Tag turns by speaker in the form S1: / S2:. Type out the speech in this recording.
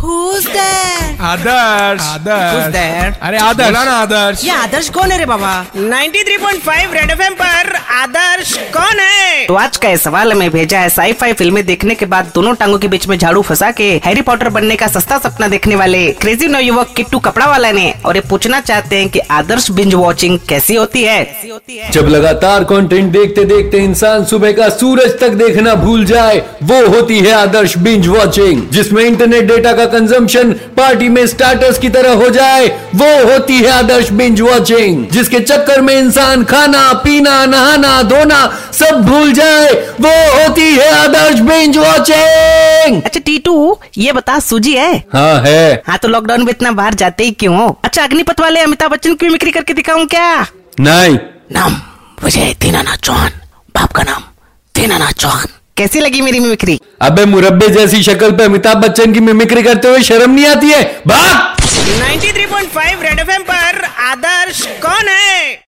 S1: who's there?
S2: Adarsh
S3: Who's
S2: Adarsh
S3: there?
S2: अरे आदर्श बोला ना आदर्श
S1: ये आदर्श कौन है रे बाबा
S3: 93.5 रेड एफएम पर आदर्श कौन है तो आज का ये सवाल हमें भेजा है साईफाई फिल्में देखने के बाद दोनों टांगों के बीच में झाड़ू फंसा के हैरी पॉटर बनने का सस्ता सपना देखने वाले क्रेजी नवयुवक किट्टू कपड़ा वाला ने और ये पूछना चाहते हैं कि आदर्श बिंज वॉचिंग कैसी होती है
S4: जब लगातार कंटेंट देखते देखते इंसान सुबह का सूरज तक देखना भूल जाए वो होती है आदर्श बिंज वॉचिंग जिसमें इंटरनेट डेटा का कंजम्पशन पार्टी में स्टार्टर्स की तरह हो जाए वो होती है आदर्श बिंज वॉचिंग जिसके चक्कर में इंसान खाना पीना नहाना धोना सब भूल जाए वो होती है आदर्श बिंज वॉचिंग
S3: अच्छा टीटू ये बता सूजी है
S4: हाँ है
S3: हाँ तो लॉकडाउन में इतना बाहर जाते ही क्यों हो अच्छा अग्निपथ वाले अमिताभ बच्चन की बिक्री करके दिखाऊं क्या
S4: नहीं
S3: नाम विजय दीनानाथ चौहान बाप का नाम दीनानाथ चौहान कैसी लगी मेरी मिमिक्री
S4: अबे मुरब्बे जैसी शक्ल पे अमिताभ बच्चन की मिमिक्री करते हुए शर्म नहीं आती है भाग
S3: 93.5 रेड एफएम पर आदर्श कौन है